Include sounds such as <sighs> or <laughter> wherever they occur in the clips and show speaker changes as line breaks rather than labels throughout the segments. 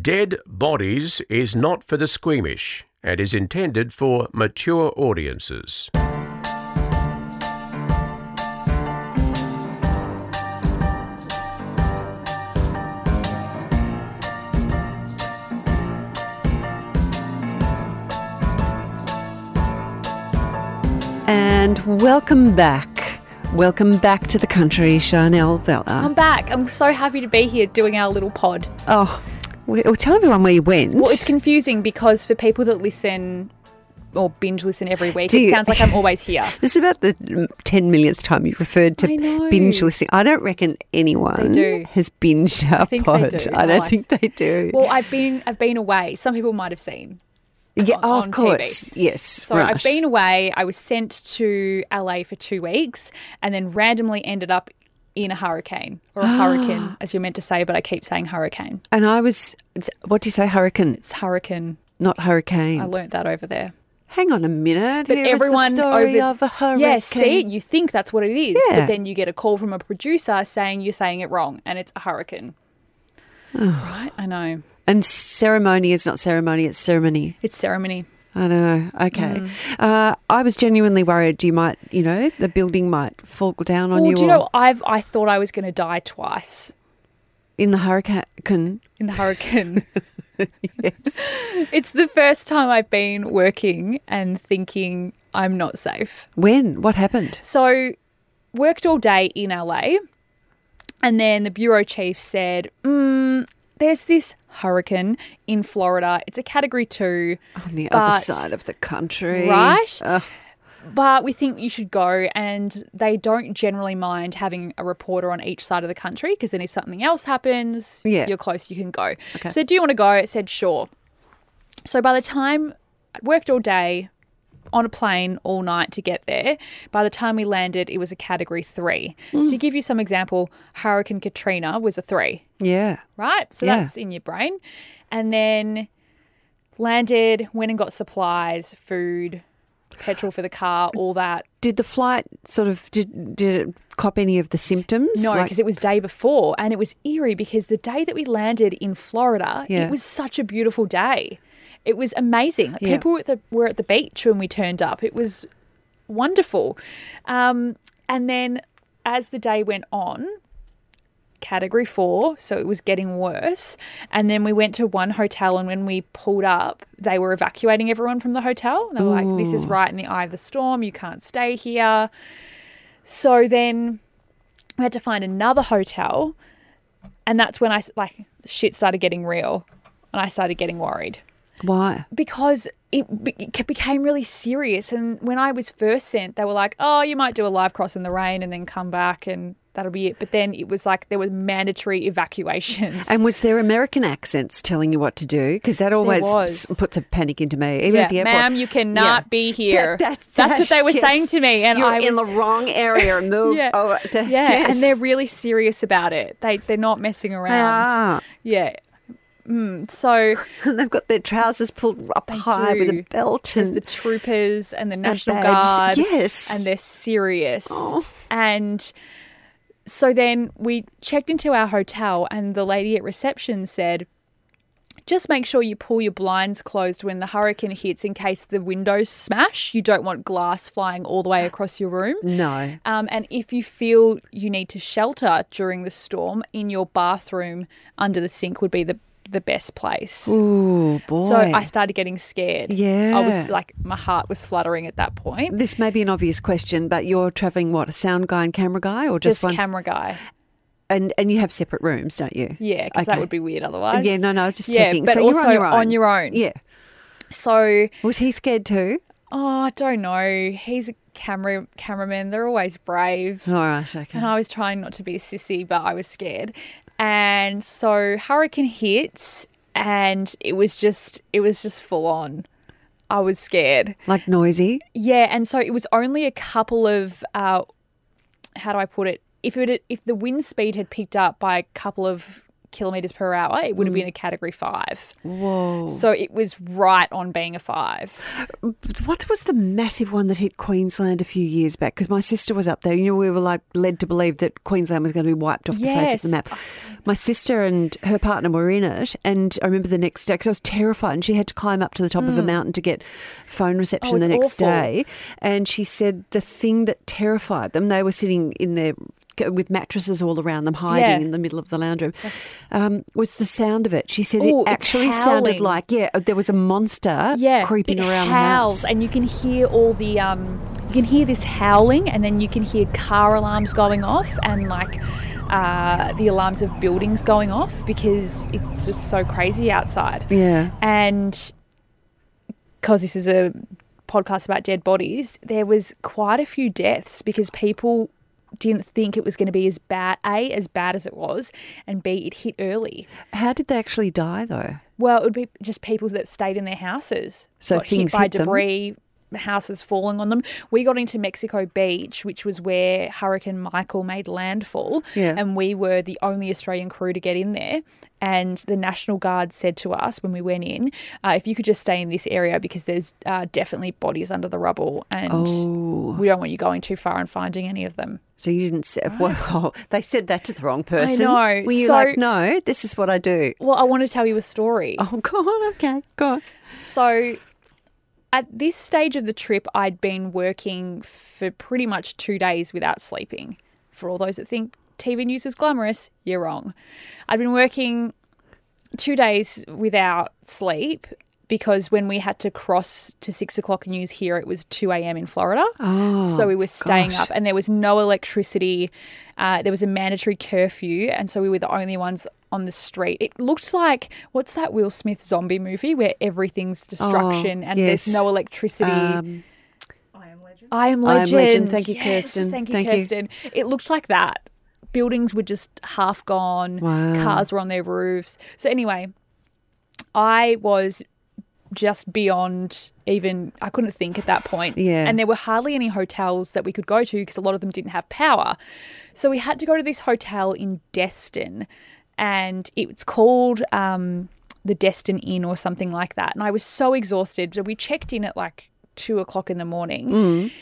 Dead Bodies is not for the squeamish and is intended for mature audiences.
And welcome back. Welcome back to the country, Chanel Vella.
I'm back. I'm so happy to be here doing our little pod.
oh, we, well, tell everyone where you went.
Well, it's confusing because for people that listen or binge listen every week,
Do
it
you-
sounds like I'm always
<laughs>
here.
this is about the mm, 10 millionth time you referred to
I know.
binge listening. I don't reckon anyone
do.
has binged our
think they
pod.
do.
I
No,
don't
I-
think they do.
Well, I've been I've been away. Some people might have seen.
yeah,
on-
oh,
on
of
TV.
course. Yes.
So
right.
I've been away. I was sent to LA for two weeks and then randomly ended up in a hurricane or a
<gasps>
hurricane, as you're meant to say, but I keep saying hurricane.
And I was, what do you say, hurricane?
It's hurricane.
Not
I
hurricane.
learnt that over there.
Hang on a minute. Here is
Oh. everyone
the story
over-
of a hurricane.
Yeah, see, you think that's what it is,
Yeah.
but then you get a call from a producer saying you're saying it wrong, and it's a hurricane.
Oh.
right? I know.
And ceremony is not ceremony, it's ceremony.
It's ceremony.
I know. Okay.
Mm.
Uh, I was genuinely worried you might, you know, the building might fall down on
Well,
you,
do you
or
know? I've I thought I was going to die twice
in the hurricane.
in the hurricane.
<laughs> Yes.
it's the first time I've been working and thinking I'm not safe.
when? What happened?
So, worked all day in LA, and then the bureau chief said, mm, "There's this hurricane in Florida. It's a Category Two.
On the
But-
other side of the country.
Right?
Ugh.
But we think you should go, and they don't generally mind having a reporter on each side of the country because then if something else happens,
Yeah.
you're close, you can go. So, they, do you want to go? It said, sure. So, by the time I worked all day on a plane all night to get there, by the time we landed, it was a category three.
Hmm.
So, to give you some example, Hurricane Katrina was a three
yeah.
right? So
Yeah.
that's in your brain. And then landed, went and got supplies, food, petrol for the car, all that.
Did the flight sort of did did it cop any of the symptoms?
No,
Like-
because it was day before and it was eerie because the day that we landed in Florida,
Yeah.
it was such a beautiful day. It was amazing. Like,
Yeah.
People were at, the, were at the beach when we turned up. It was wonderful. Um, and then as the day went on, category four, so it was getting worse. And then we went to one hotel, and when we pulled up, they were evacuating everyone from the hotel. They were like, This is right in the eye of the storm, you can't stay here. So then we had to find another hotel, and that's when I s- like shit started getting real, and I started getting worried
why?
because it, be- it became really serious. And when I was first sent, they were like, "Oh, you might do a live cross in the rain and then come back, and that'll be it." But then it was like there was mandatory evacuations.
And was there American accents telling you what to do? Because that always
was.
s- puts a panic into me, even
yeah,
at the airport.
ma'am, you cannot
Yeah.
be here.
That-
that's, what they were
yes.
saying to me, and
You're
I was
in the wrong area. Move.
<laughs> yeah,
over the-
yeah,
yes.
and they're really serious about it. They they're not messing around.
Ah,
Yeah. Mm, so
<laughs> and they've got their trousers pulled up high with
do.
a belt
there's
and
the troopers and the National
badge.
Guard.
Yes. Oh.
And they're serious. And so then we checked into our hotel, and the lady at reception said, just make sure you pull your blinds closed when the hurricane hits in case the windows smash. You don't want glass flying all the way across your room.
no.
Um, and if you feel you need to shelter during the storm, in your bathroom under the sink would be the, the best place.
Ooh, boy.
So I started getting scared. I
Yeah.
was like, my heart was fluttering at that point.
this may be an obvious question, but you're traveling what a sound guy and camera guy, or just,
Just
one?
camera guy.
and and you have separate rooms, don't you?
Yeah, because that
Okay. Uh,
would be weird otherwise.
Yeah, no, no. I was just
Yeah,
checking.
but
so you're
also
on your own.
on your own.
Yeah.
So,
Was he scared too?
oh, I don't know. He's a camera cameraman. They're always brave.
All right. Oh, Okay.
And I was trying not to be a sissy, but I was scared. And so hurricane hits and it was just it was just full on. I was scared.
Like noisy.
Yeah, and so it was only a couple of uh, how do I put it? If it if the wind speed had picked up by a couple of kilometers per hour, it
Mm.
would have been a category five.
Whoa.
So it was right on being
<gasps>
a five.
What was the massive one that hit Queensland a few years back? Because my sister was up there. You know, we were like led to believe that Queensland was going to be wiped off the face of the
Yes.
map. My sister and her partner were in it. And I remember the next day, because I was terrified, and she had to climb up to the top of a mountain to get phone reception the
Mm. Oh, it's
next
awful.
day. And she said the thing that terrified them, they were sitting in their. With mattresses all around them, hiding
Yeah.
in the middle of the lounge room, um, was the sound of it. She said
Ooh,
it
it's
actually sounded
howling.
like yeah, there was a monster
Yeah,
creeping
it
around
howls,
the house.
and you can hear all the um, you can hear this howling, and then you can hear car alarms going off, and like uh, the alarms of buildings going off because it's just so crazy outside.
Yeah.
And because this is a podcast about dead bodies, there was quite a few deaths because people didn't think it was going to be as bad a as bad as it was, and b it hit early.
How did they actually die though?
Well, it would be just people that stayed in their houses.
So
got
things
hit by
hit them?
debris, the houses falling on them. We got into Mexico Beach, which was where Hurricane Michael made landfall,
Yeah.
and we were the only Australian crew to get in there. And the National Guard said to us when we went in, uh, if you could just stay in this area because there's uh, definitely bodies under the rubble, and
Oh,
we don't want you going too far and finding any of them.
so you didn't say, well, oh, they said that to the wrong person.
know.
Were you
So-
like, no, this is what I do?
Well, I want to tell you a story.
Oh, <laughs> God, okay, God.
So at this stage of the trip, I'd been working for pretty much two days without sleeping. For all those that think TV news is glamorous, you're wrong. I'd been working two days without sleep because when we had to cross to six o'clock news here, it was 2 a.m. in Florida.
Oh,
so we were staying
gosh.
up and there was no electricity. Uh, there was a mandatory curfew. And so we were the only ones on the street. It looked like what's that Will Smith zombie movie where everything's destruction and
Oh, yes.
there's no electricity?
Um,
I am
I Am
legend.
Legend. Thank you,
Yes,
Kirsten.
Thank you,
Thank you.
Kirsten. It looked like that. Buildings were just half gone.
Wow.
Cars were on their roofs. So anyway, I was just beyond even I couldn't think at that point.
Yeah.
And there were hardly any hotels that we could go to because a lot of them didn't have power. So we had to go to this hotel in Destin and it's called um, the Destin Inn or something like that. And I was so exhausted. So we checked in at like two o'clock in the morning.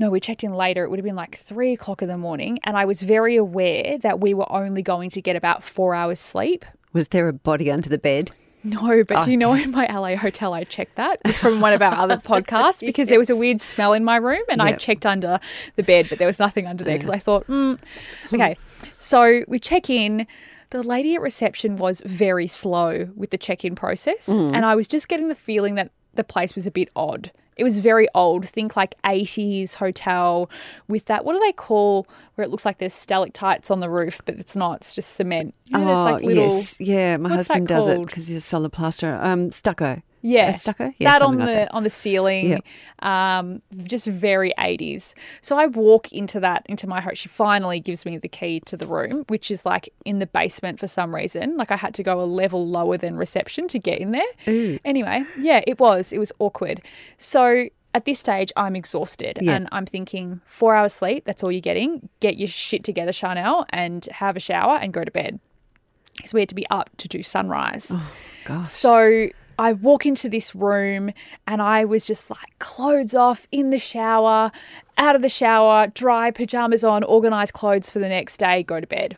No, we checked in later. It would have been like three o'clock in the morning. And I was very aware that we were only going to get about four hours sleep.
was there a body under the bed?
No, but do you know in my LA hotel I checked that from one of our
<laughs>
other podcasts because there was a weird smell in my room and I
Yep.
checked under the bed, but there was nothing under there because I
<laughs>
thought, mm. okay. So we check in. The lady at reception was very slow with the check in process,
Mm.
and I was just getting the feeling that the place was a bit odd. It was very old, think like 80s hotel with that, what do they call where it looks like there's stalactites on the roof, but it's not, it's just cement. You know, there's,
oh,
like, little-
yes. Yeah, my
what's that
husband does it
called?
because he's a solid plasterer. Um, stucco.
Yeah,
Uh, stucco? Yeah,
that on
something
the
like that.
on the ceiling, um, just very eighties. So I walk into that into my home. She finally gives me the key to the room, which is like in the basement for some reason. Like I had to go a level lower than reception to get in there. Anyway, yeah, it was it was awkward. So at this stage, I'm exhausted
Yeah.
and I'm thinking four hours sleep. That's all you're getting. Get your shit together, Chanel, and have a shower and go to bed because we had to be up to do sunrise.
Oh. Gosh.
So I walk into this room and I was just like clothes off in the shower, out of the shower, dry pajamas on, organized clothes for the next day, go to bed.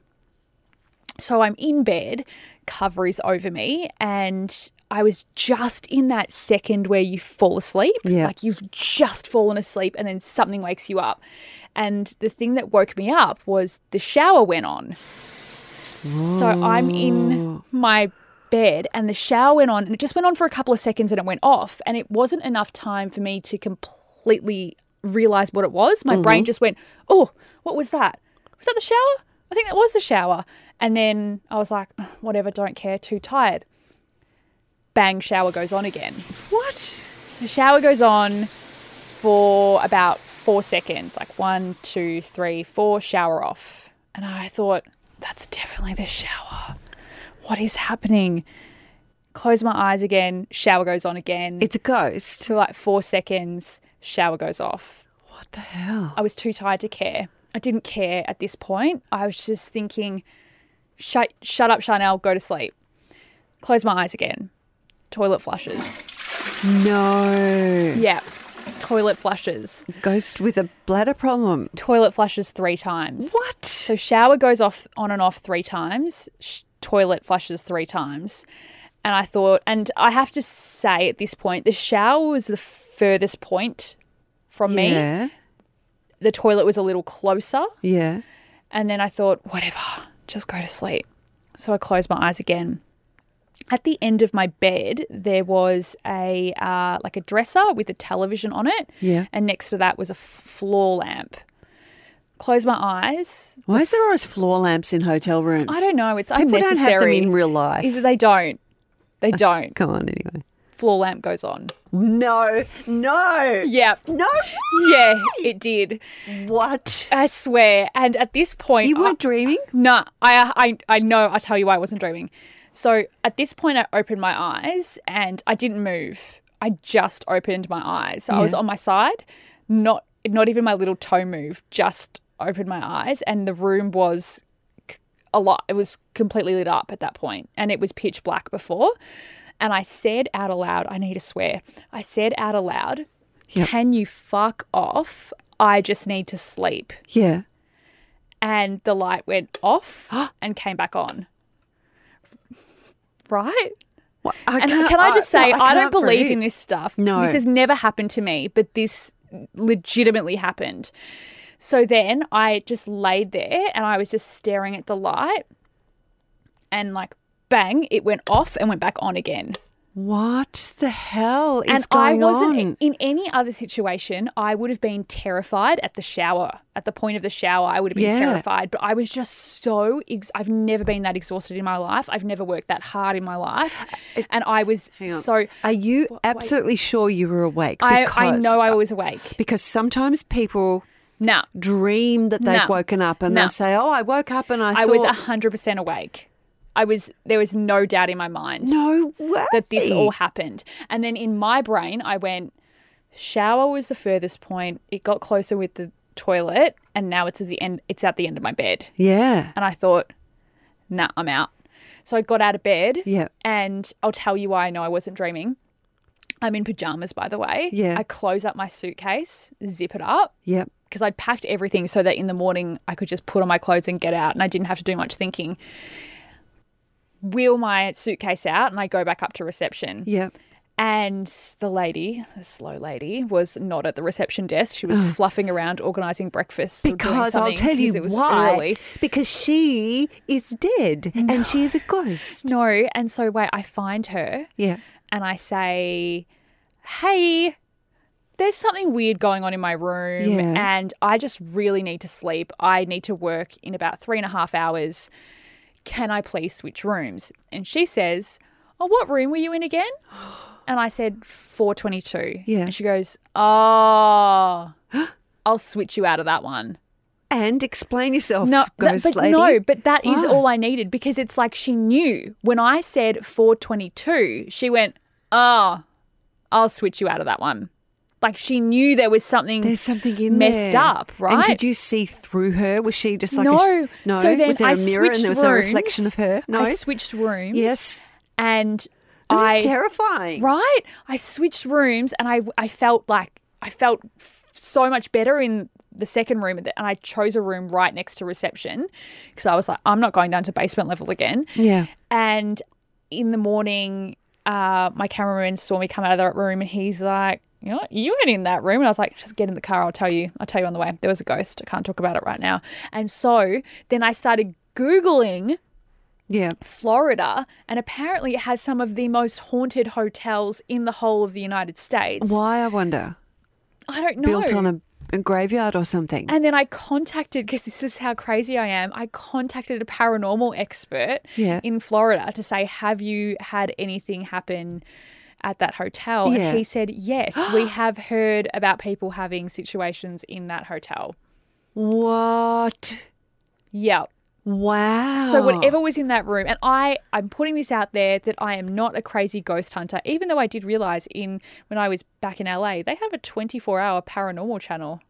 So I'm in bed, cover is over me, and I was just in that second where you fall asleep.
Yeah.
Like you've just fallen asleep and then something wakes you up. And the thing that woke me up was the shower went on. So I'm in my bed and the shower went on and it just went on for a couple of seconds and it went off and it wasn't enough time for me to completely realize what it was. My brain just went, "Oh, what was that? Was that the shower? I think that was the shower." And then I was like, "Ugh, "Whatever, don't care, too tired." Bang, shower goes on again.
What?
The shower goes on for about four seconds, like one, two, three, four, shower off. And I thought, that's definitely the shower. What is happening? Close my eyes again, shower goes on again.
It's a ghost.
for like four seconds, shower goes off.
What the hell?
I was too tired to care. I didn't care at this point. I was just thinking, shut, shut up, Chanel, go to sleep. Close my eyes again. Toilet flushes.
No.
Yeah. Toilet flushes.
Ghost with a bladder problem.
Toilet flushes three times.
What?
So shower goes off on and off three times. Sh- toilet flushes three times. And I thought, and I have to say at this point, the shower was the furthest point from me.
Yeah.
The toilet was a little closer.
Yeah.
And then I thought, whatever, just go to sleep. So I closed my eyes again. At the end of my bed, there was a uh, like a dresser with a television on it,
Yeah.
and next to that was a f- floor lamp. Close my eyes.
Why is there always floor lamps in hotel rooms?
I don't know. It's
People don't
unnecessary.
have them in real life.
Is it they don't?
<laughs>
They don't.
Come on, anyway.
Floor lamp goes on.
No. No.
Yeah,
No.
yeah, it did.
What?
I swear. And at this point,
You
I-
weren't dreaming?
No, I, I, I know. I tell you why I wasn't dreaming. So at this point, I opened my eyes and I didn't move. I just opened my eyes. So I was
Yeah.
on my side, not not even my little toe moved. Just opened my eyes, and the room was c- a lot. It was completely lit up at that point, and it was pitch black before. And I said out aloud, I need to swear. I said out aloud,
Yep.
"Can you fuck off? I just need to sleep."
Yeah.
and the light went
<gasps>
off and came back on. Right?
What?
And
can't-
can I just
no,
say, I, don't
can't
believe in
breathe.
this stuff.
No.
This has never happened to me, but this legitimately happened. So then I just laid there and I was just staring at the light and like bang, it went off and went back on again.
What the hell is
and I
going
wasn't e-
on?
in any other situation. I would have been terrified at the shower. At the point of the shower, I would have been
Yeah.
terrified. But I was just so. Ex- I've never been that exhausted in my life. I've never worked that hard in my life, and I was
Hang on.
so.
Are you
wait.
absolutely sure you were awake?
I, I
Because-
know I was awake.
Because sometimes people
Now
dream that they've
No.
woken up and
No.
they say, "Oh, I woke up and I,
I
saw."
was hundred percent awake. I was. There was no doubt in my mind.
no way
that this all happened. And then in my brain, I went, shower was the furthest point. It got closer with the toilet, and now it's at the end. It's at the end of my bed.
Yeah,
And I thought, nah, I'm out. So I got out of bed.
Yeah.
And I'll tell you why I know I wasn't dreaming. I'm in pajamas, by the way.
Yeah.
I close up my suitcase, zip it up,
yep,
because I'd packed everything so that in the morning I could just put on my clothes and get out and I didn't have to do much thinking. Wheel my suitcase out and I go back up to reception.
yep.
And the lady, the slow lady, was not at the reception desk. She was fluffing around organising breakfast. or doing
Because I'll
something
tell you
because it was
why.
early.
Because she is dead and she is a ghost.
No, and so wait, I find her
Yeah.
and I say, Hey, there's something weird going on in my room
Yeah.
and I just really need to sleep. I need to work in about three and a half hours. Can I please switch rooms? And she says, Oh, what room were you
<gasps>
in again? And I said, 422.
Yeah.
And she goes, Oh, I'll switch you out of that one.
And explain yourself,
No, that-
ghost
but
lady.
no, but that is
Why?
all I needed because it's like she knew when I said 422, she went, "Oh, I'll switch you out of that one." Like she knew there was something.
There's something in
messed
there.
up,
And
right?
could you see through her? Was she just like
no,
A sh- no?
So then
was there a
I
mirror and
switched
there was
rooms.
no reflection of her? No.
I switched rooms.
yes.
and
This
I
is terrifying.
right. I switched rooms, and I I felt like I felt f- so much better in the second room, and I chose a room right next to reception because I was like, I'm not going down to basement level again.
Yeah.
And in the morning, uh, my cameraman saw me come out of that room and he's like, you know, you weren't in that room. And I was like, just get in the car. I'll tell you. I'll tell you on the way. There was a ghost. I can't talk about it right now. And so then I started Googling
Yeah.
Florida and apparently it has some of the most haunted hotels in the whole of the United States.
Why I wonder.
I don't know.
Built on a, a graveyard or something.
And then I contacted, because this is how crazy I am, I contacted a paranormal expert
Yeah.
in Florida to say, Have you had anything happen at that hotel?
Yeah.
And he said,
<gasps>
Yes, we have heard about people having situations in that hotel.
What?
Yeah.
Wow.
So whatever was in that room, and I, I'm putting this out there that I am not a crazy ghost hunter, even though I did realize in when I was back in LA, they have a 24 hour paranormal channel.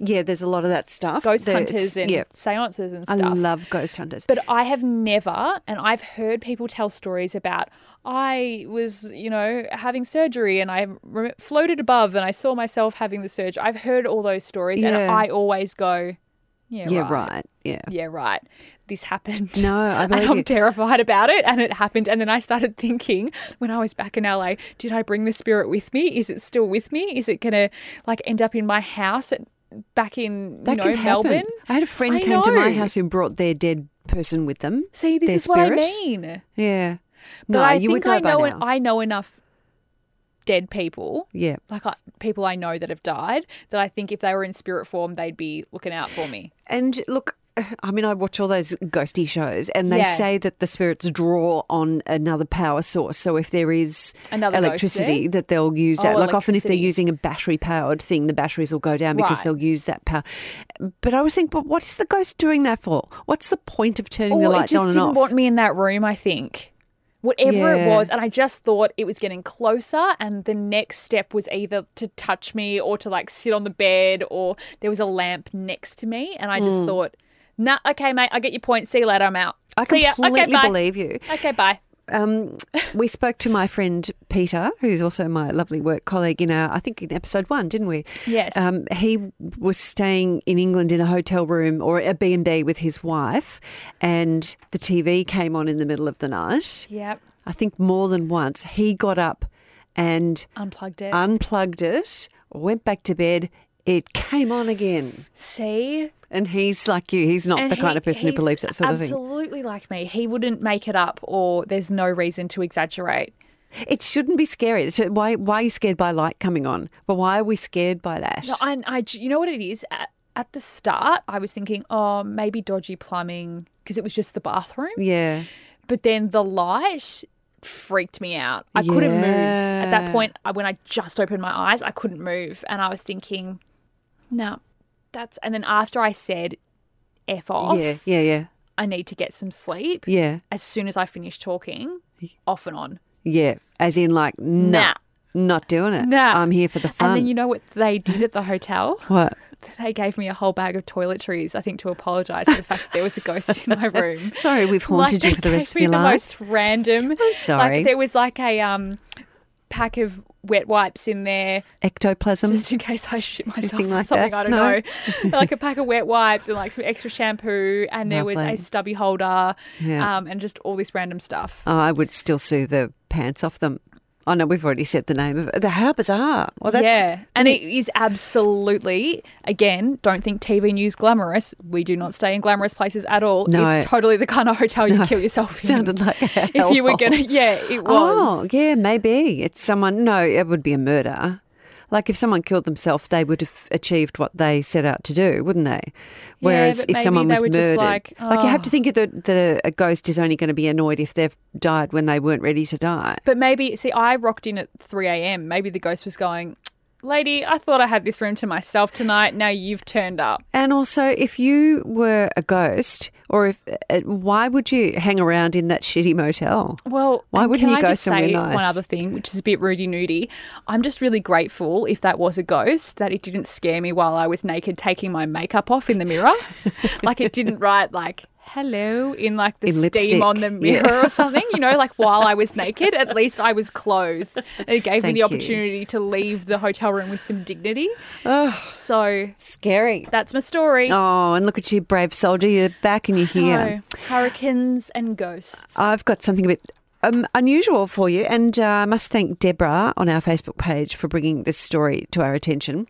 Yeah, there's a lot of that stuff.
ghost
There's-
hunters and
yeah.
seances and
I
stuff.
love ghost hunters.
But I have never, and I've heard people tell stories about I was, you know, having surgery and I re- floated above and I saw myself having the surgery. I've heard all those stories and
Yeah.
I always go, yeah,
yeah,
right.
right. Yeah.
Yeah, right. This happened.
No, I
<laughs> and
believe
I'm
you.
terrified about it. And it happened. And then I started thinking when I was back in LA, did I bring the spirit with me? Is it still with me? Is it going to like end up in my house at, back in,
That
you know,
could happen.
Melbourne?
I had a friend
I
came to my
know.
house who brought their dead person with them.
See, this
Their
is what I
spirit?
mean.
Yeah.
But
no,
I
you
think
would know
I know
by
en-
now.
I know enough dead people,
yeah.
like I, people I know that have died, that I think if they were in spirit form, they'd be looking out for me.
And look, <sighs> I mean, I watch all those ghosty shows, and they
Yeah.
say that the spirits draw on another power source. So if there is
Another ghost
electricity,
there?
that they'll use
Oh,
that. Like often, if they're
electricity.
using a battery powered thing, the batteries will go down because
Right.
they'll use that power. But I always think, but what is the ghost doing that for? What's the point of turning the
Or it
lights
just
on and
didn't
off?
want me in that room. I think. Whatever it
Yeah.
was, and I just thought it was getting closer, and the next step was either to touch me or to like sit on the bed, or there was a lamp next to me, and I just thought, nah, okay, mate, I get your point. See you later. I'm out.
Hmm. I
See ya.
completely
okay, bye.
believe you.
Okay, bye. <laughs>
um, we spoke to my friend Peter, who's also my lovely work colleague in our, I think in episode one, didn't we?
Yes.
Um, he was staying in England in a hotel room or a B&B with his wife and the TV came on in the middle of the night.
Yep.
I think more than once he got up and
Unplugged it.
unplugged it, went back to bed. It came on again.
See,
And he's like you, he's not
And
the kind
he-
of person who
he's
believes that sort of thing.
Absolutely like me. He wouldn't make it up, or there's no reason to exaggerate.
It shouldn't be scary. It's- Why, why are you scared by light coming on? But why are we scared by that?
No, and I, you know what it is. At, at the start, I was thinking, oh, maybe dodgy plumbing because it was just the bathroom.
yeah.
But then the light freaked me out. I couldn't move at that
Yeah.
point. I, when I just opened my eyes, I couldn't move, and I was thinking, no, that's. And then after I said, "F off,"
Yeah, yeah, yeah,
I need to get some sleep.
yeah,
As soon as I finished talking, off and on.
yeah. As in, like, nah,
Nah.
not doing it.
Nah.
I'm here for the fun.
And then you know what they did at the hotel? <laughs>
what?
They gave me a whole bag of toiletries, I think, to apologise for the fact that there was a ghost in
<laughs>
my room.
Sorry, we've haunted
<laughs> Like,
you for the
they
rest
gave
of your
me
life.
The most random. I'm
sorry.
Like there was like a um pack of wet wipes in there,
Ectoplasm.
just in case I shit myself
Um, Anything
or
like
something.
that?
I don't
No. <laughs>
know. like a pack of wet wipes and like some extra shampoo, and there
Lovely.
was a stubby holder,
Yeah.
um, and just all this random stuff.
Oh, I would still sue the pants off them. Oh no, we've already said the name of it. The how bizarre. Well, that's
yeah, and it is absolutely again. Don't think TV news glamorous. We do not stay in glamorous places at all.
No.
it's totally the kind of hotel you
<laughs>
kill yourself.
<laughs>
in.
sounded like a
if you were
hellhole.
gonna, <laughs> yeah, it
Oh,
was.
yeah, maybe it's someone. No, it would be a murder. Like if someone killed themselves, they would have achieved what they set out to do, wouldn't they? Whereas
but
if
maybe
someone
they
was
were just
murdered,
like,
you have to
"Oh."
think that the, a ghost is only going to be annoyed if they've died when they weren't ready to die.
But maybe see, I rocked in at three a.m. Maybe the ghost was going, "Lady, I thought I had this room to myself tonight. Now you've turned up."
And also, if you were a ghost, or if uh, why would you hang around in that shitty motel?
Well,
Why
and
wouldn't you
can I
go
just
somewhere
say
nice?
One other thing, which is a bit Rudy Nudie, I'm just really grateful if that was a ghost that it didn't scare me while I was naked taking my makeup off in
<laughs>
the mirror, like it didn't write like hello in like the
In
steam
lipstick,
on the
yeah.
mirror or something. You know, like while I
<laughs>
was naked, at least I was clothed. And it gave
Thank
me
you.
the opportunity to leave the hotel room with some dignity. So
Scary.
that's my story.
Oh, and look at you, brave soldier! You're back and you're here.
So, hurricanes and ghosts.
I've got something a bit um, unusual for you, and uh, I must thank Deborah on our Facebook page for bringing this story to our attention.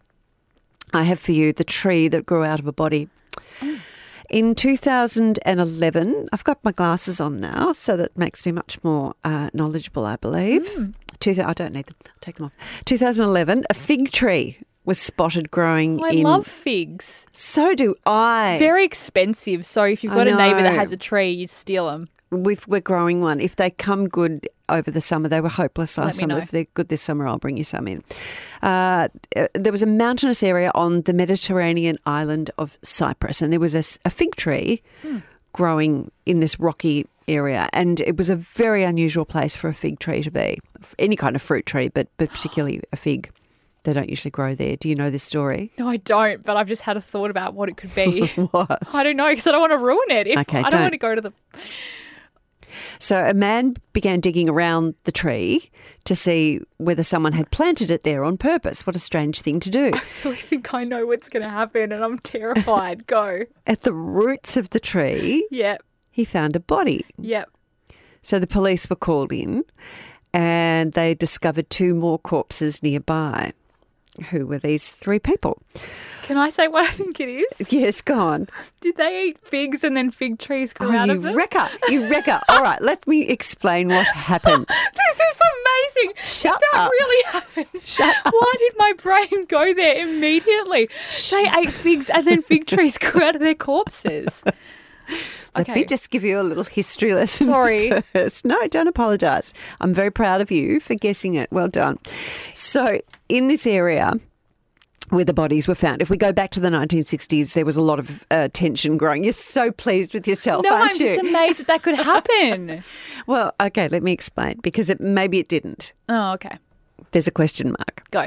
I have for you the tree that grew out of a body.
Oh.
In 2011, I've got my glasses on now, so that makes me much more uh, knowledgeable, I believe.
Hmm.
Two thou- I don't need them. I'll take them off. 2011, a fig tree was spotted growing
Oh, I
Um, in.
love figs.
so do I.
Very expensive. So if you've
I
got a neighbour that
know.
has a tree, you steal them.
We've, we're growing one. If they come good over the summer, they were hopeless last
me
summer.
know.
If they're good this summer, I'll bring you some in. Uh, uh, there was a mountainous area on the Mediterranean island of Cyprus, and there was a, s- a fig tree
Hmm.
growing in this rocky area, and it was a very unusual place for a fig tree to be, F- any kind of fruit tree, but, but particularly a fig. They don't usually grow there. Do you know this story? <laughs>
No, I don't, but I've just had a thought about what it could be. <laughs>
What?
I don't know because I don't want to ruin it. If,
Okay,
I don't,
don't.
want to go to the. <laughs>
So a man began digging around the tree to see whether someone had planted it there on purpose. What a strange thing to <laughs> do.
I think I know what's going to happen and I'm terrified. go.
At the roots of the tree,
Yep.
he found a body.
Yep.
So the police were called in and they discovered two more corpses nearby. Who were these three people?
Can I say what I think it is?
Yes, go on.
Did they eat figs and then fig trees grew
Oh,
out
you
of them?
wrecker. You <laughs> wrecker. All right, let me explain what <laughs> happened.
<laughs> this is amazing.
Shut
that
up.
really <laughs> happened. Why did my brain go there immediately? They ate figs and then fig trees <laughs> grew out of
<laughs>
their corpses.
Let me just give you a little history lesson. <laughs>
Sorry.
first. No, don't apologise. I'm very proud of you for guessing it. Well done. So, in this area where the bodies were found, if we go back to the 1960s, there was a lot of uh, tension growing. You're so pleased with yourself,
no,
aren't
I'm
Oh, you?
just amazed that that
<laughs>
could happen.
well, okay, let me explain because it, maybe it didn't.
oh, okay.
There's a question mark.
Go.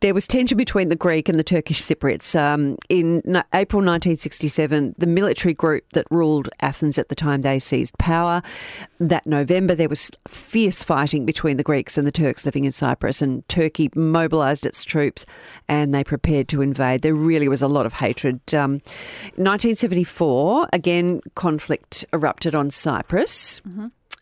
there was tension between the Greek and the Turkish Cypriots. Um, in n- April 1967, the military group that ruled Athens at the time they seized power. That November, there was fierce fighting between the Greeks and the Turks living in Cyprus, and Turkey mobilised its troops and they prepared to invade. There really was a lot of hatred. Um, 1974, again, conflict erupted on Cyprus.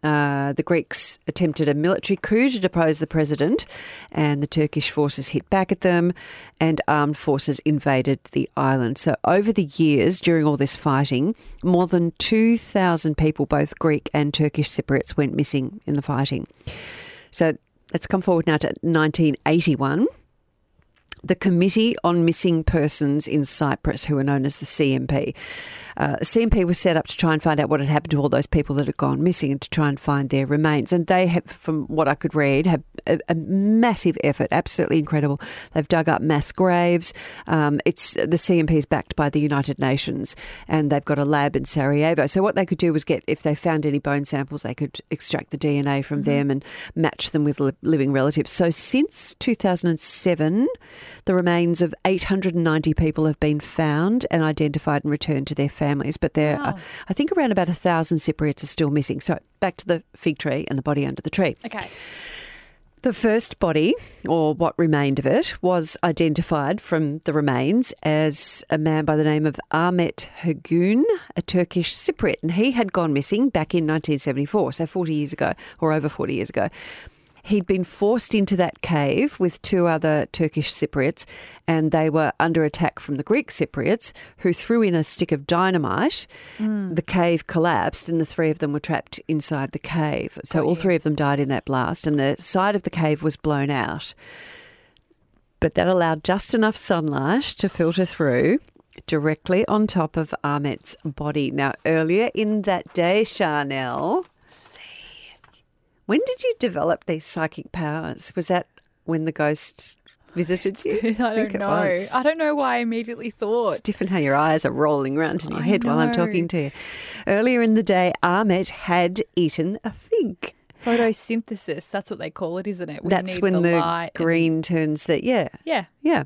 Uh, the Greeks attempted a military coup to depose the president, and the Turkish forces hit back at them, and armed forces invaded the island. So, over the years, during all this fighting, more than 2,000 people, both Greek and Turkish Cypriots, went missing in the fighting. So, let's come forward now to 1981. The Committee on Missing Persons in Cyprus, who are known as the CMP. Uh, CMP was set up to try and find out what had happened to all those people that had gone missing and to try and find their remains. And they have, from what I could read, have a, a massive effort, absolutely incredible. They've dug up mass graves. Um, it's the CMP is backed by the United Nations, and they've got a lab in Sarajevo. So what they could do was get if they found any bone samples, they could extract the DNA from them and match them with li- living relatives. So since 2007, the remains of 890 people have been found and identified and returned to their families. But there
Oh,
are, I think, around about a thousand Cypriots are still missing. So back to the fig tree and the body under the tree.
Okay.
The first body, or what remained of it, was identified from the remains as a man by the name of Ahmet Hagun, a Turkish Cypriot, and he had gone missing back in 1974, so 40 years ago, or over 40 years ago. He'd been forced into that cave with two other Turkish Cypriots, and they were under attack from the Greek Cypriots, who threw in a stick of dynamite. The cave collapsed, and the three of them were trapped inside the cave. So all three of them died in that blast, and the side of the cave was blown out. But that allowed just enough sunlight to filter through directly on top of Ahmet's body. Now, earlier in that day, Charnel. When did you develop these psychic powers? Was that when the ghost visited you?
<laughs> I don't
think it
know.
was.
I don't know why I immediately
It's
thought.
different how your eyes are rolling around in your head while I'm
know.
talking to you. Earlier in the day, Ahmet had eaten a fig.
Photosynthesis, that's what they call it, isn't it? We
That's
need
when the,
light and-
green turns the yeah,
yeah.
yeah.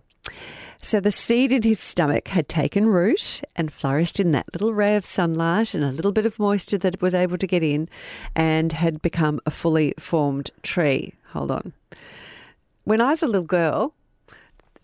So the seed in his stomach had taken root and flourished in that little ray of sunlight and a little bit of moisture that it was able to get in and had become a fully formed tree. Hold on. When I was a little girl,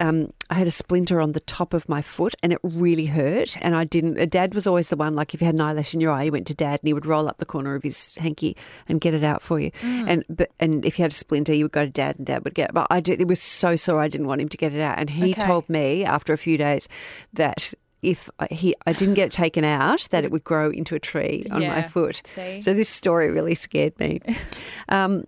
um, I had a splinter on the top of my foot and it really hurt. And I didn't, uh, dad was always the one, like if you had an eyelash in your eye, you went to dad and he would roll up the corner of his hanky and get it out for you.
Mm.
And but, and if you had a splinter, you would go to dad and dad would get it. But I did, it was so sore, I didn't want him to get it out. And he
Okay.
told me after a few days that if I- he I didn't get it taken out, that it would grow into a tree on my
Yeah.
foot.
See?
So this story really scared me. Um,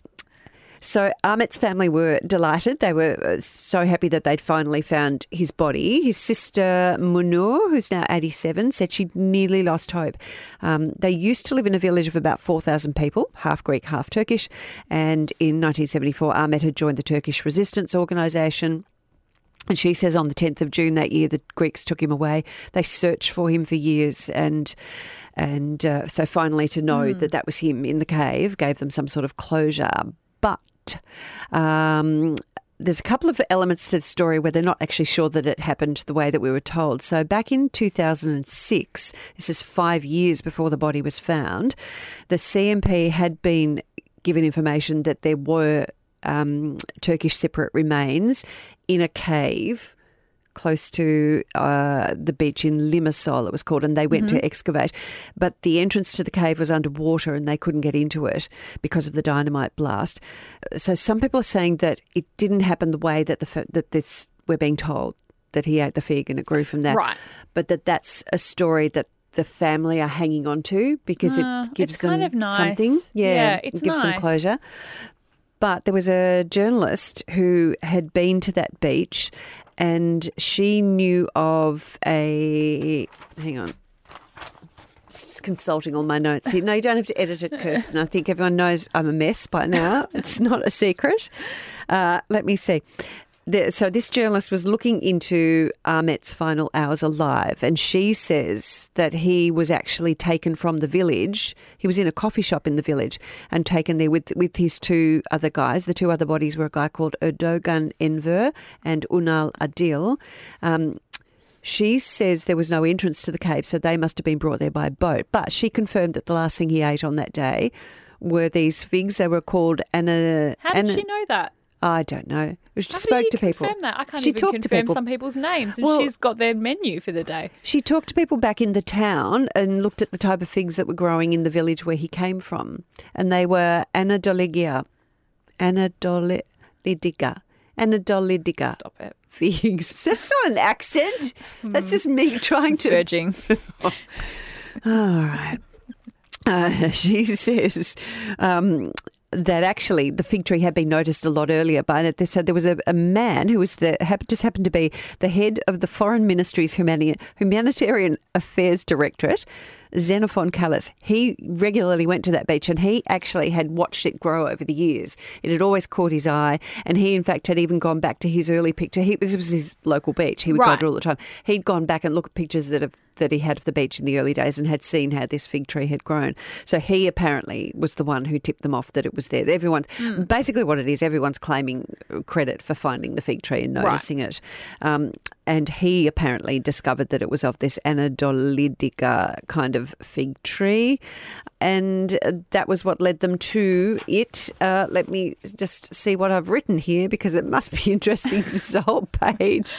so Ahmet's family were delighted. They were uh, so happy that they'd finally found his body. His sister Munur, who's now 87, said she'd nearly lost hope. Um, they used to live in a village of about 4,000 people, half Greek, half Turkish. And in 1974, Ahmet had joined the Turkish resistance organisation. And she says on the 10th of June that year, the Greeks took him away. They searched for him for years. And and uh, so finally to know that that was him in the cave gave them some sort of closure. But um, there's a couple of elements to the story where they're not actually sure that it happened the way that we were told. So back in 2006, this is five years before the body was found, the CMP had been given information that there were um, Turkish separate remains in a cave close to uh, the beach in Limassol, it was called, and they went to excavate. But the entrance to the cave was underwater and they couldn't get into it because of the dynamite blast. So some people are saying that it didn't happen the way that the f- that this we're being told that he ate the fig and it grew from that.
Right.
But that that's a story that the family are hanging on to because
Ah,
it gives
it's
them
kind of nice.
something. Yeah,
Yeah, it's
it gives
nice.
them closure. But there was a journalist who had been to that beach and she knew of a. Hang on. Just consulting all my notes here. No, you don't have to edit it, Kirsten. I think everyone knows I'm a mess by now. It's not a secret. Uh, let me see. The, so this journalist was looking into Ahmet's final hours alive, and she says that he was actually taken from the village. He was in a coffee shop in the village and taken there with with his two other guys. The two other bodies were a guy called Erdogan Enver and Unal Adil. Um, she says there was no entrance to the cave, so they must have been brought there by boat. But she confirmed that the last thing he ate on that day were these figs. They were called ana.
How did
ana-
she know that?
I don't know. She
How
spoke
did
to
you
people.
Confirm that I can't
she
even
talked
confirm
to people.
some people's names, and
Well-
she's got their menu for the day.
She talked to people back in the town and looked at the type of figs that were growing in the village where he came from, and they were anadoligia, anadolidiga, anadolidiga
Stop it.
figs. <laughs> That's not an accent. That's just me trying to
Verging.
All right. Uh, <laughs> she says um, that actually the fig tree had been noticed a lot earlier by that. So there was a, a man who was the hap- just happened to be the head of the Foreign Ministry's Humani- Humanitarian Affairs Directorate, Xenophon Callas. He regularly went to that beach and he actually had watched it grow over the years. It had always caught his eye, and he in fact had even gone back to his early picture. He this was his local beach. He would go
Right.
to all the time. He'd gone back and looked at pictures that have that he had of the beach in the early days and had seen how this fig tree had grown. So he apparently was the one who tipped them off that it was there. Everyone, basically, what it is, everyone's claiming credit for finding the fig tree and
Right.
noticing it. Um, and he apparently discovered that it was of this anadolidica kind of fig tree, and uh, that was what led them to it. Uh, let me just see what I've written here because it must be <laughs> interesting. this whole page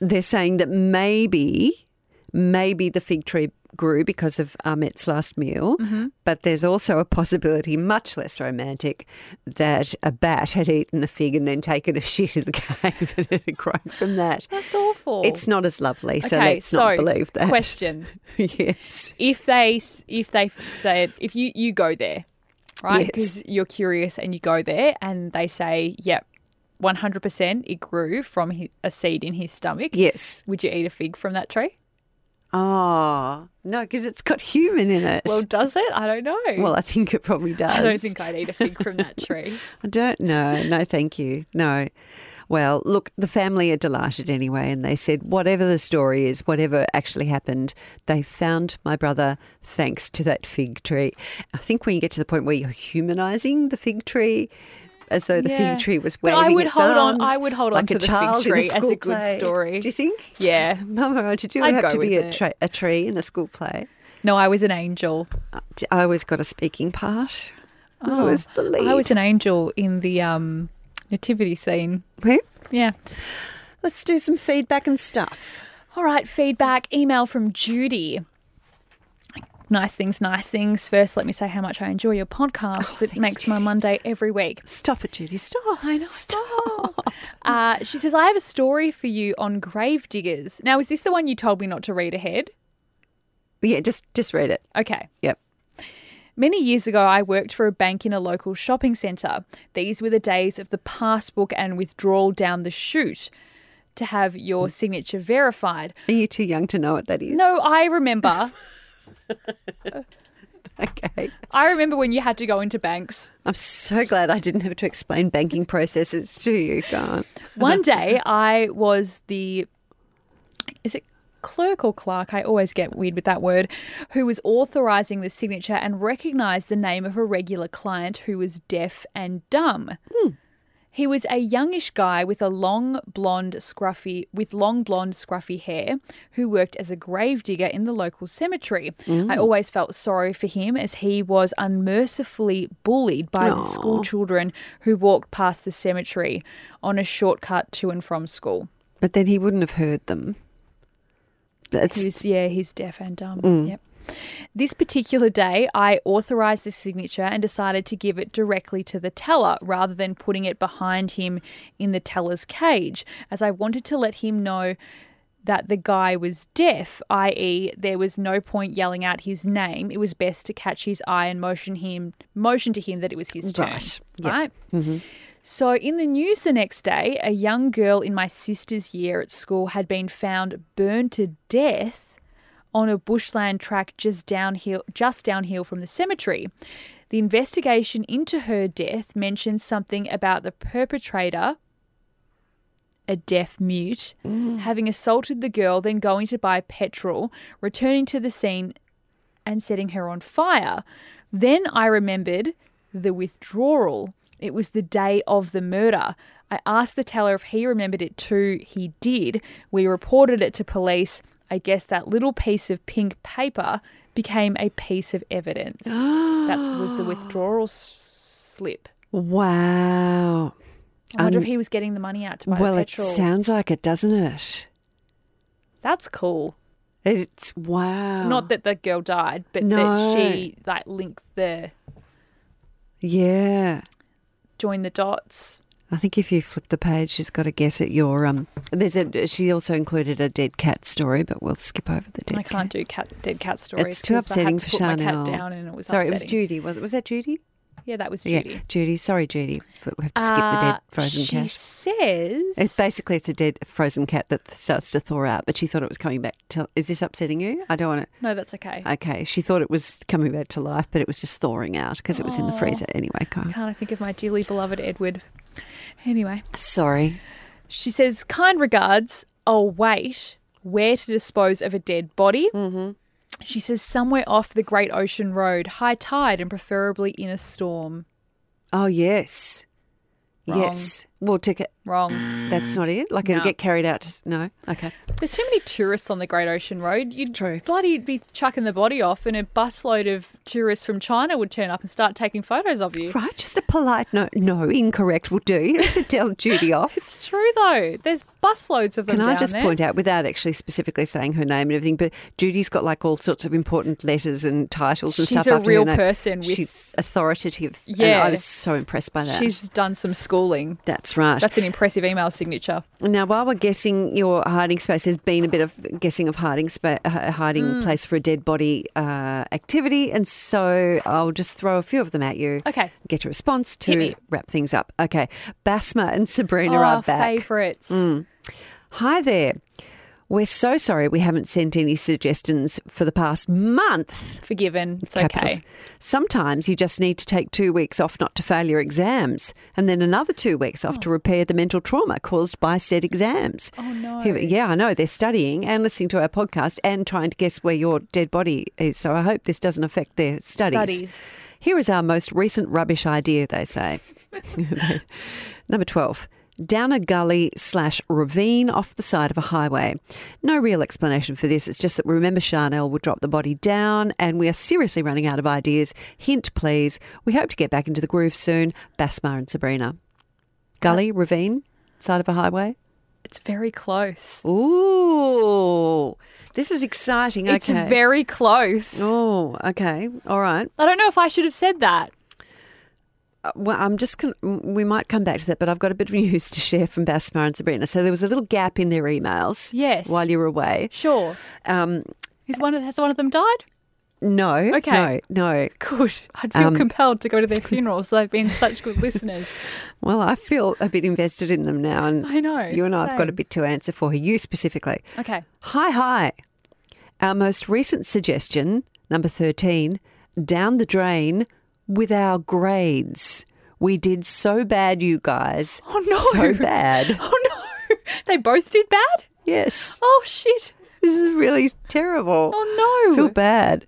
they're saying that maybe, maybe the fig tree grew because of Ahmet's last meal,
Mm-hmm.
but there's also a possibility, much less romantic, that a bat had eaten the fig and then taken a <laughs> shit in the cave and it had grown from that.
That's awful.
It's not as lovely, so
Oh. okay.
let's
so
not believe that.
question:
<laughs> yes.
If they s- if they f- said if you you go there, right?
Yes.
Because you're curious and you go there, and they say, "Yep, one hundred percent, it grew from hi a seed in his stomach."
Yes.
Would you eat a fig from
<laughs>
that tree?
Oh, no, because it's got human in it.
Well, does it? I don't know.
well, I think it probably does.
I don't think I'd eat a fig from that
<laughs>
tree.
I don't know. No, thank you. No. Well, look, the family are delighted anyway, and they said, whatever the story is, whatever actually happened, they found my brother thanks to that fig tree. I think when you get to the point where you're humanising the fig tree, as though the
Yeah.
fig tree was
But
waving
I would
its
hold on-
arms
I would hold on
like
to
a
the fig
child in
tree as a
school
good
play.
story.
Do you think?
Yeah.
Mama, did you
I'd
have
go
to be
with
a,
it.
tra- a tree in a school play?
No, I was an angel.
I always got a speaking part. I was always the lead.
Oh. I was an angel in the um, nativity scene.
Well,
Yeah.
Let's do some feedback and stuff.
All right, feedback email from Judy. Nice things, nice things. First, let me say how much I enjoy your podcast.
Oh,
it
thanks,
makes my
Judy.
Monday every week.
Stop it, Judy. Stop.
I know. Stop. Uh, she says, I have a story for you on grave diggers. Now, is this the one you told me not to read ahead?
Yeah, just just read it.
Okay.
Yep.
Many years ago, I worked for a bank in a local shopping centre. These were the days of the passbook and withdrawal down the chute to have your signature verified.
Are you too young to know what that is?
No, I remember.
<laughs> Okay.
I remember when you had to go into banks.
I'm so glad I didn't have to explain banking processes to you, God.
<laughs> One day, I was the. Is it clerk or clerk? I always get weird with that word. Who was authorising the signature and recognised the name of a regular client who was deaf and dumb. He was a youngish guy with a long blonde scruffy with long blonde scruffy hair who worked as a grave digger in the local cemetery. I always felt sorry for him as he was unmercifully bullied by the school children who walked past the cemetery on a shortcut to and from school.
But then he wouldn't have heard them. That's, <gasps>
He was, yeah, he's deaf and dumb. Yep. This particular day, I authorized the signature and decided to give it directly to the teller rather than putting it behind him in the teller's cage, as I wanted to let him know that the guy was deaf, i.e., there was no point yelling out his name. It was best to catch his eye and motion him, motion to him that it was his turn.
Right.
Right. So, in the news the next day, a young girl in my sister's year at school had been found burned to death on a bushland track just downhill, just downhill from the cemetery. The investigation into her death mentioned something about the perpetrator, a deaf mute, having assaulted the girl, then going to buy petrol, returning to the scene and setting her on fire. Then I remembered the withdrawal. It was the day of the murder. I asked the teller if he remembered it too. He did. We reported it to police. I guess that little piece of pink paper became a piece of evidence. that was the withdrawal s- slip.
wow.
I wonder if he was getting the money out to buy
Um, Well,
the
it
petrol.
sounds like it, doesn't it?
That's cool.
It's wow.
Not that the girl died, but
Oh. No.
that she like linked the
Yeah.
join the dots.
I think if you flip the page, she's got a guess at your um. There's a. She also included a dead cat story, but we'll skip over the dead.
I can't do cat dead cat stories.
It's too
'cause
upsetting
I had to
for
put my
Chanel.
cat down, and it was
Sorry, it was
upsetting.
Judy. Was was that Judy?
Yeah, that was Judy.
Yeah, Judy. Sorry, Judy. But we have to skip the
Uh,
dead frozen
she
cat.
says
It's basically it's a dead frozen cat that starts to thaw out, but she thought it was coming back. To, is this upsetting you? I don't want to.
no, that's okay.
Okay, she thought it was coming back to life, but it was just thawing out because it was in the
Aw.
freezer anyway. Kyle.
Can't I think of my dearly beloved Edward? Anyway,
Sorry.
she says, "Kind regards." Oh wait, where to dispose of a dead body? Mm-hmm. She says somewhere off the Great Ocean Road, high tide, and preferably in a storm.
Oh yes,
Wrong.
yes. Well, ticket.
Wrong.
That's not it. Like it'll
No.
get carried out. To, s- no. Okay.
There's too many tourists on the Great Ocean Road. You'd bloody be chucking the body off, and a busload of tourists from China would turn up and start taking photos of you.
Right. Just a polite no. No, incorrect will do. <laughs> You don't have to tell
<laughs>
Judy off.
It's true though. There's busloads of them.
Can I
down
just
there.
point out, without actually specifically saying her name and everything, but Judy's got like all sorts of important letters and titles and
She's
stuff.
a
after her
real
name.
person with-
She's authoritative. And
Yeah.
I was so impressed by that.
She's done some schooling.
That's right.
That's an impressive email signature.
now, while we're guessing your hiding space, there's been a bit of guessing of hiding spa- uh, hiding
Hmm.
place for a dead body uh, activity, and so I'll just throw a few of them at you.
Okay.
Get a response
Hit
to
me.
wrap things up. Okay, Basma and Sabrina
Our
are back. Mm.
favourites.
Hi there. We're so sorry we haven't sent any suggestions for the past month.
Forgiven. It's
Capitals.
okay.
Sometimes you just need to take two weeks off not to fail your exams, and then another two weeks off to repair the mental trauma caused by said exams.
Oh, no.
Here- yeah, I know. They're studying and listening to our podcast and trying to guess where your dead body is. So I hope this doesn't affect their studies.
Studies.
Here is our most recent rubbish idea, they
<laughs>
say. Number 12. Down a gully slash ravine off the side of a highway. No real explanation for this. It's just that remember Charnel would drop the body down, and we are seriously running out of ideas. Hint, please. We hope to get back into the groove soon. Basma and Sabrina. Gully,
Uh,
ravine, side of a highway.
It's very close.
Ooh, this is exciting.
It's
Mm, okay.
very close.
Oh, okay. All right.
I don't know if I should have said that.
Uh, Well, I'm just going we might come back to that, but I've got a bit of <laughs> news to share from Basma and Sabrina. So there was a little gap in their emails.
Yes.
While you were away.
Sure.
Um,
Is one of, has one of them died?
no.
Okay.
No, no.
Good. I'd feel
Um,
compelled to go to their funerals. They've been such
<laughs>
good listeners.
Well, I feel a bit invested in them now. And
<laughs> I know,
You and I have got a
same.
bit to answer for. You specifically. <laughs>
Okay.
Hi, hi. Our most recent suggestion, number 13, down the drain with our grades. We did so bad, you guys.
Oh, no.
So bad.
<laughs> Oh no. They both did bad?
Yes.
Oh shit.
This is really terrible.
Oh no.
Feel bad.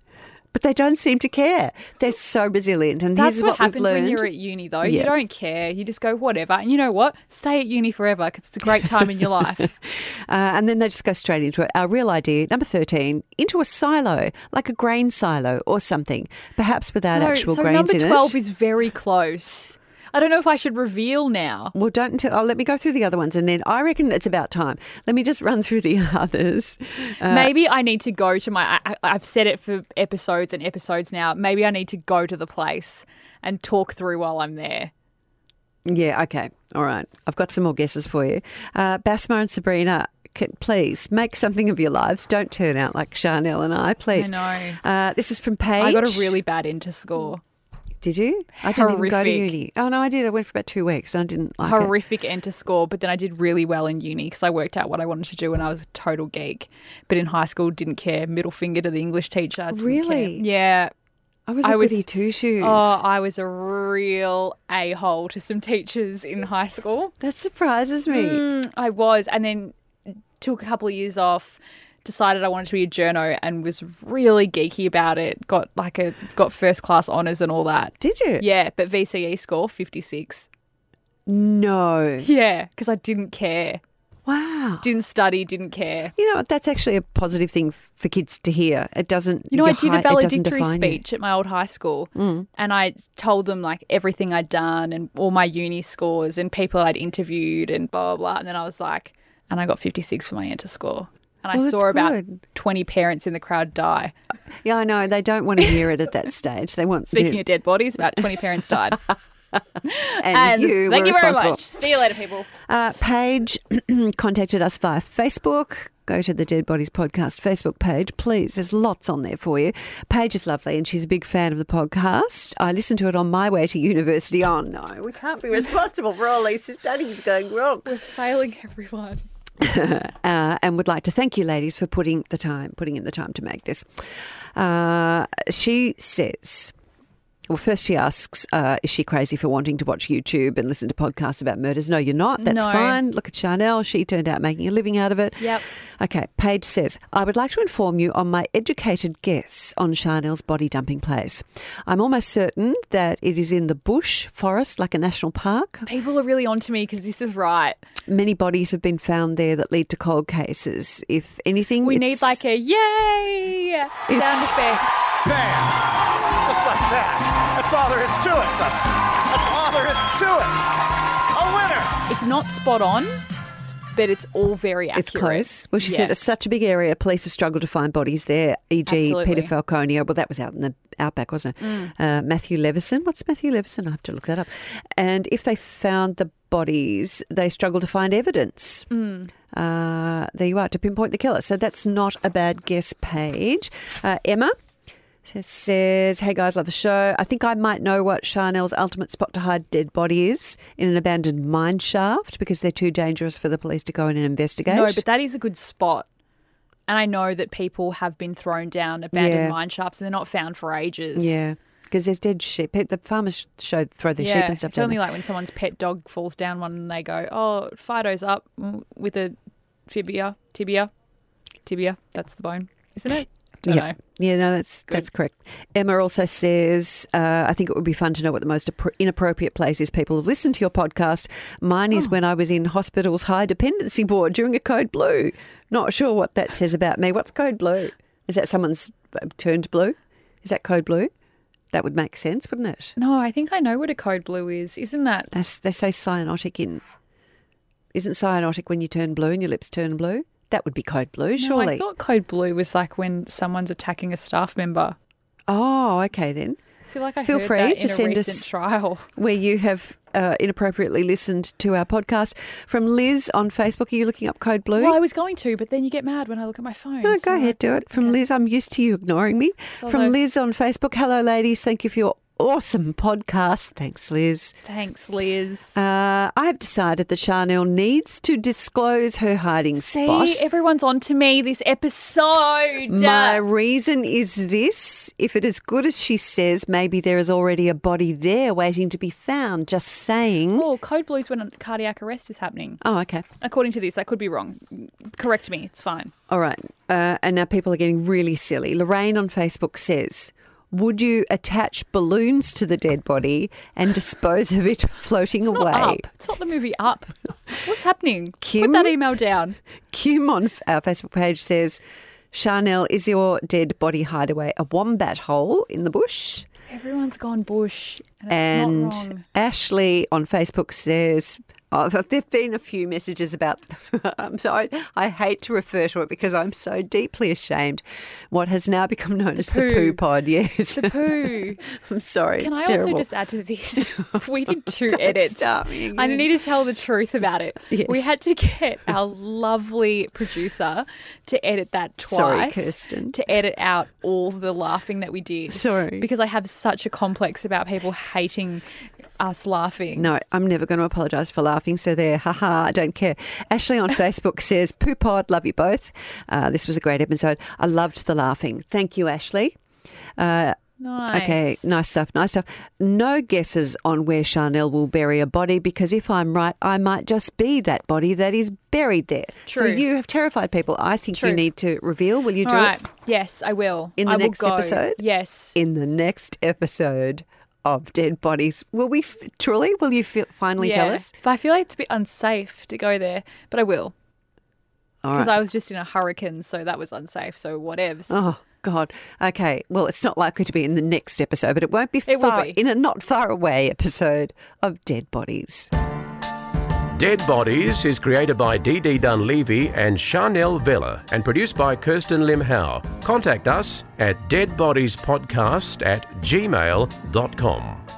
but they don't seem to care. They're so resilient. And
That's
here's
what,
what, we've
happens
learned.
when you're at uni, though. You
Yeah.
don't care. You just go whatever, and you know what? Stay at uni forever because it's a great time
<laughs>
in your life.
Uh, and then they just go straight into it. Our real idea, number 13, into a silo, like a grain silo or something, perhaps without
No,
actual
so
grains
number
in
twelve
it.
is very close. I don't know if I should reveal now.
Well, don't until, oh, let me go through the other ones and then I reckon it's about time. Let me just run through the <laughs> others.
Maybe I need to go to my. I, I- I've said it for episodes and episodes now. Maybe I need to go to the place and talk through while I'm there.
Yeah, okay. All right. I've got some more guesses for you. Uh, Basma and Sabrina, c- please make something of your lives. Don't turn out like Charnel and I, please.
I
Uh, this is from Paige.
I got a really bad inter score.
Did you? I didn't even go to
Horrific.
uni. Oh, no, I did. I went for about two weeks and I didn't like it.
horrific enter score, but then I did really well in uni because I worked out what I wanted to do and I was a total geek. But in high school, didn't care. Middle finger to the English teacher. didn't care.
Really?
Yeah.
I was a
I was-
goody two shoes.
Oh, I was a real a hole to some teachers in high school.
That surprises me.
Mm, I was, and then took a couple of years off. Decided I wanted to be a journo and was really geeky about it. Got like a got first class honors and all that.
Did you?
Yeah, but VCE score fifty six.
No.
Yeah, because I didn't care.
Wow.
Didn't study. Didn't care.
You know what? That's actually a positive thing f- for kids to hear. It doesn't.
You know, I
your
did
height-
a
it doesn't
valedictory
define you. Mm.
speech at my old high school, and I told them like everything I'd done and all my uni scores and people I'd interviewed and blah blah blah. And then I was like, and I got fifty six for my enter score,
Well,
and I
that's
saw about
good.
twenty parents in the crowd die.
Yeah, I know. They don't want to hear it at that <laughs> stage. They want
Speaking
you,
of dead bodies, about twenty parents died.
<laughs> and,
and
you
thank
were
you very
responsible.
much. See you later, people.
Uh, Paige <clears throat> contacted us via Facebook. Go to the Dead Bodies Podcast Facebook page, please. There's lots on there for you. Paige is lovely and she's a big fan of the podcast. I listened to it on my way to university. Oh, no, we can't be responsible for all these studies going wrong.
Failing everyone.
uh, and would like to thank you, ladies, for putting the time, putting in the time to make this. Uh, she says. Well, first she asks, uh, is she crazy for wanting to watch YouTube and listen to podcasts about murders? No, you're not. That's
No.
fine. Look at Chanel. She turned out making a living out of it.
Yep.
Okay. Paige says, I would like to inform you on my educated guess on Chanel's body dumping place. I'm almost certain that it is in the bush forest, like a national park.
People are really onto me because this is right.
Many bodies have been found there that lead to cold cases. If anything,
We need
it's-
like a yay sound
It's-
effect.
Bam! Just like that. That's all there is to it, Dustin. That's all there is to it. A winner!
It's not spot on, but it's all very accurate.
It's close. Well, she said
Yeah.
it's such a big area. Police have struggled to find bodies there, e.g.,
Absolutely. Mm.
Peter Falconio. Well, that was out in the outback, wasn't it? Uh, Matthew Levison. What's Matthew Levison? I have to look that up. And if they found the bodies, they struggled to find evidence.
Mm.
Uh, there you are to pinpoint the killer. So that's not a bad guess, Paige. Uh, Emma. Says, hey guys, love the show. I think I might know what Charnel's ultimate spot to hide dead body is in an abandoned mine shaft because they're too dangerous for the police to go in and investigate.
No, but that is a good spot. And I know that people have been thrown down abandoned
Yeah.
mine shafts and they're not found for ages.
Yeah, because there's dead sheep. Pe- The farmers show throw their sheep
Yeah,
and stuff.
it's only
down
like when someone's pet dog falls down one and they go, "Oh, Fido's up mm, with a tibia, tibia, tibia." That's the bone, isn't it? Don't
there.
know.
yeah, yeah, no, that's that's correct. Emma also says, uh, I think it would be fun to know what the most appro- inappropriate place is. People have listened to your podcast. Mine
Oh.
is when I was in hospital's high dependency ward during a code blue. Not sure what that says about me. What's code blue? Is that someone's uh, turned blue? Is that code blue? That would make sense, wouldn't it?
No, I think I know what a code blue is. Isn't that?
That's, they say cyanotic in. Isn't cyanotic when you turn blue and your lips turn blue? That would be code blue,
No,
surely.
I thought code blue was like when someone's attacking a staff member.
oh, okay then.
I feel like I
Feel
heard
free
that
to
in a
send us- <laughs>
recent trial.
Where you have uh, inappropriately listened to our podcast from Liz on Facebook. Are you looking up code blue?
Well, I was going to, but then you get mad when I look at my phone.
no,
so
go ahead, do it. From Liz, I'm used to you ignoring me.
So
From
like-
Liz on Facebook. Hello, ladies. Thank you for your awesome podcast. Thanks, Liz.
Thanks, Liz.
Uh, I have decided that Chanel needs to disclose her hiding spot.
See, everyone's on to me this episode.
My
Uh,
reason is this if it is good as she says, maybe there is already a body there waiting to be found. Just saying.
oh, code blue's when a cardiac arrest is happening.
Oh, okay.
According to this, I could be wrong. Correct me. It's fine.
All right. Uh, and now people are getting really silly. Lorraine on Facebook says, would you attach balloons to the dead body and dispose of it <laughs> floating
Not
away?
up. It's not the movie Up. What's happening?
Kim?
Put that email down.
Kim on our Facebook page says, Charnel, is your dead body hideaway a wombat hole in the bush?
Everyone's gone bush, and it's
and
not wrong.
Ashley on Facebook says, oh, there've been a few messages about. <laughs> I'm sorry, I hate to refer to it because I'm so deeply ashamed. What has now become known as the poo
poo.
pod? <laughs> Yes, <laughs>
The poo.
I'm sorry,
Can
it's
I
terrible.
also just add
<laughs>
to this? <laughs> We did two edits.
start me
I
again.
need to tell the truth about it. We
Yes.
had to
<laughs>
get our lovely producer to edit that
Sorry,
twice.
Kirsten.
To edit out all the laughing that we did.
Sorry.
Because I have such a complex about people hating us laughing.
No, I'm never going to apologise for laughing. So there, haha, I don't care. Ashley
<laughs>
on Facebook says, Poo Pod, love you both. Uh, this was a great episode. I loved the laughing. Thank you, Ashley. Uh,
Nice.
Okay, nice stuff, nice stuff. No guesses on where Charnel will bury a body because if I'm right, I might just be that body that is buried there. So
True.
you have terrified people. I think you
True.
need to reveal. Will you
All
do
right.
it
Yes, I will.
In the
I will
next
go.
episode?
Yes.
in the next episode of Dead Bodies? Will we f- truly? Will you fi- finally tell us?
But I feel like it's a bit unsafe to go there, but I will.
All
Because
right.
I was just in a hurricane, so that was unsafe. So whatevs.
Oh God. Okay. Well, it's not likely to be in the next episode, but it won't be
It will
far
be.
in a not far away episode of Dead Bodies.
Dead Bodies is created by DD Dunleavy and Chanel Vella and produced by Kirsten Lim Howe. Contact us at deadbodiespodcast at gmail.com.